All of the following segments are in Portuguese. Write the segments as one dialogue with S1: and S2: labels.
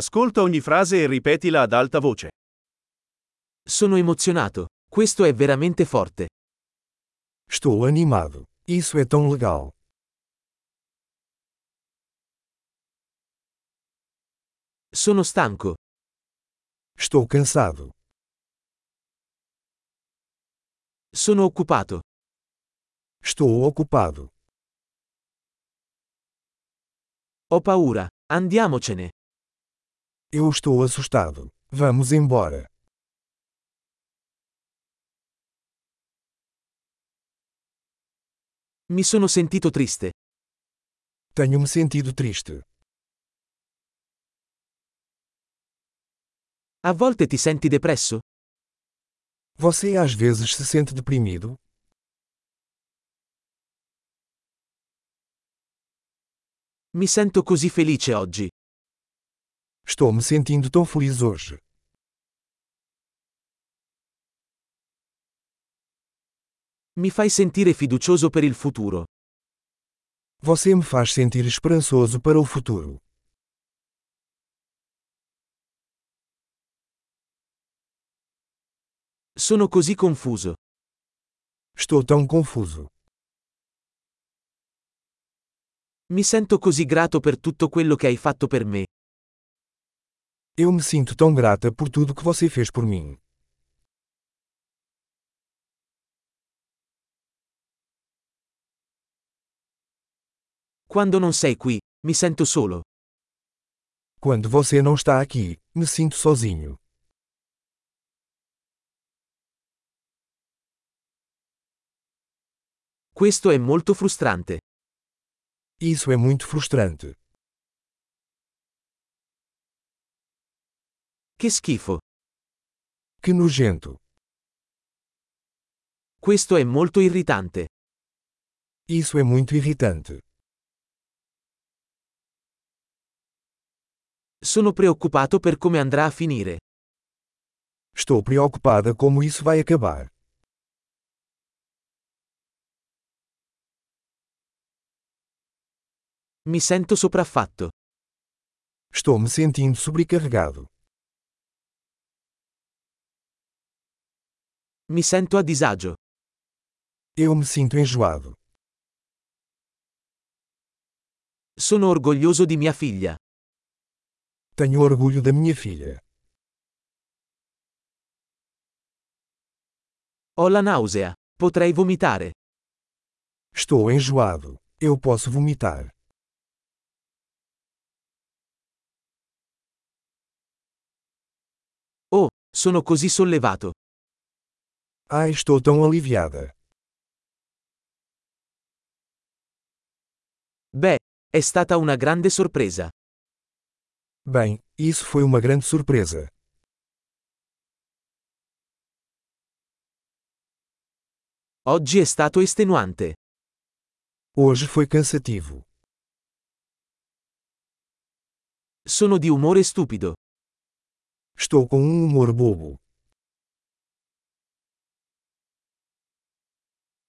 S1: Ascolta ogni frase e ripetila ad alta voce.
S2: Sono emozionato. Questo è veramente forte.
S3: Estou animado. Isso é tão legal.
S2: Sono stanco.
S3: Estou cansado.
S2: Sono occupato.
S3: Estou ocupado.
S2: Ho paura. Andiamocene.
S3: Eu estou assustado. Vamos embora.
S2: Mi sono sentito triste.
S3: Tenho-me sentido triste.
S2: A volte ti senti depresso?
S3: Você às vezes se sente deprimido?
S2: Mi sento così felice oggi.
S3: Estou me sentindo tão feliz hoje.
S2: Mi fai sentire fiducioso per il futuro.
S3: Você me faz sentir esperançoso para o futuro.
S2: Sono così confuso.
S3: Estou tão confuso.
S2: Mi sento così grato per tutto quello che hai fatto per me.
S3: Eu me sinto tão grata por tudo que você fez por mim.
S2: Quando non sei qui, mi sento solo.
S3: Quando você não está aqui, me sinto sozinho.
S2: Questo è molto frustrante.
S3: Isso é muito frustrante.
S2: Che schifo.
S3: Que nojento.
S2: Questo è molto irritante.
S3: Isso é muito irritante.
S2: Sono preoccupato per come andrà a finire.
S3: Estou preocupada como isso vai acabar.
S2: Mi sento sopraffatto.
S3: Estou me sentindo sobrecarregado.
S2: Mi sento a disagio.
S3: Eu me sinto enjoado.
S2: Sono orgoglioso di mia figlia.
S3: Tenho orgulho da minha filha.
S2: Ho la nausea. Potrei vomitare.
S3: Estou enjoado. Eu posso vomitar.
S2: Oh, sono così sollevato.
S3: Ai, estou tão aliviada.
S2: Beh, è stata una grande sorpresa.
S3: Bem, isso foi uma grande surpresa.
S2: Oggi è stato estenuante.
S3: Hoje foi cansativo.
S2: Sono di umore stupido.
S3: Estou com um humor bobo.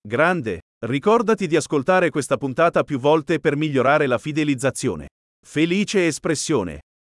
S1: Grande, ricordati di ascoltare questa puntata più volte per migliorare la fidelizzazione. Felice espressione.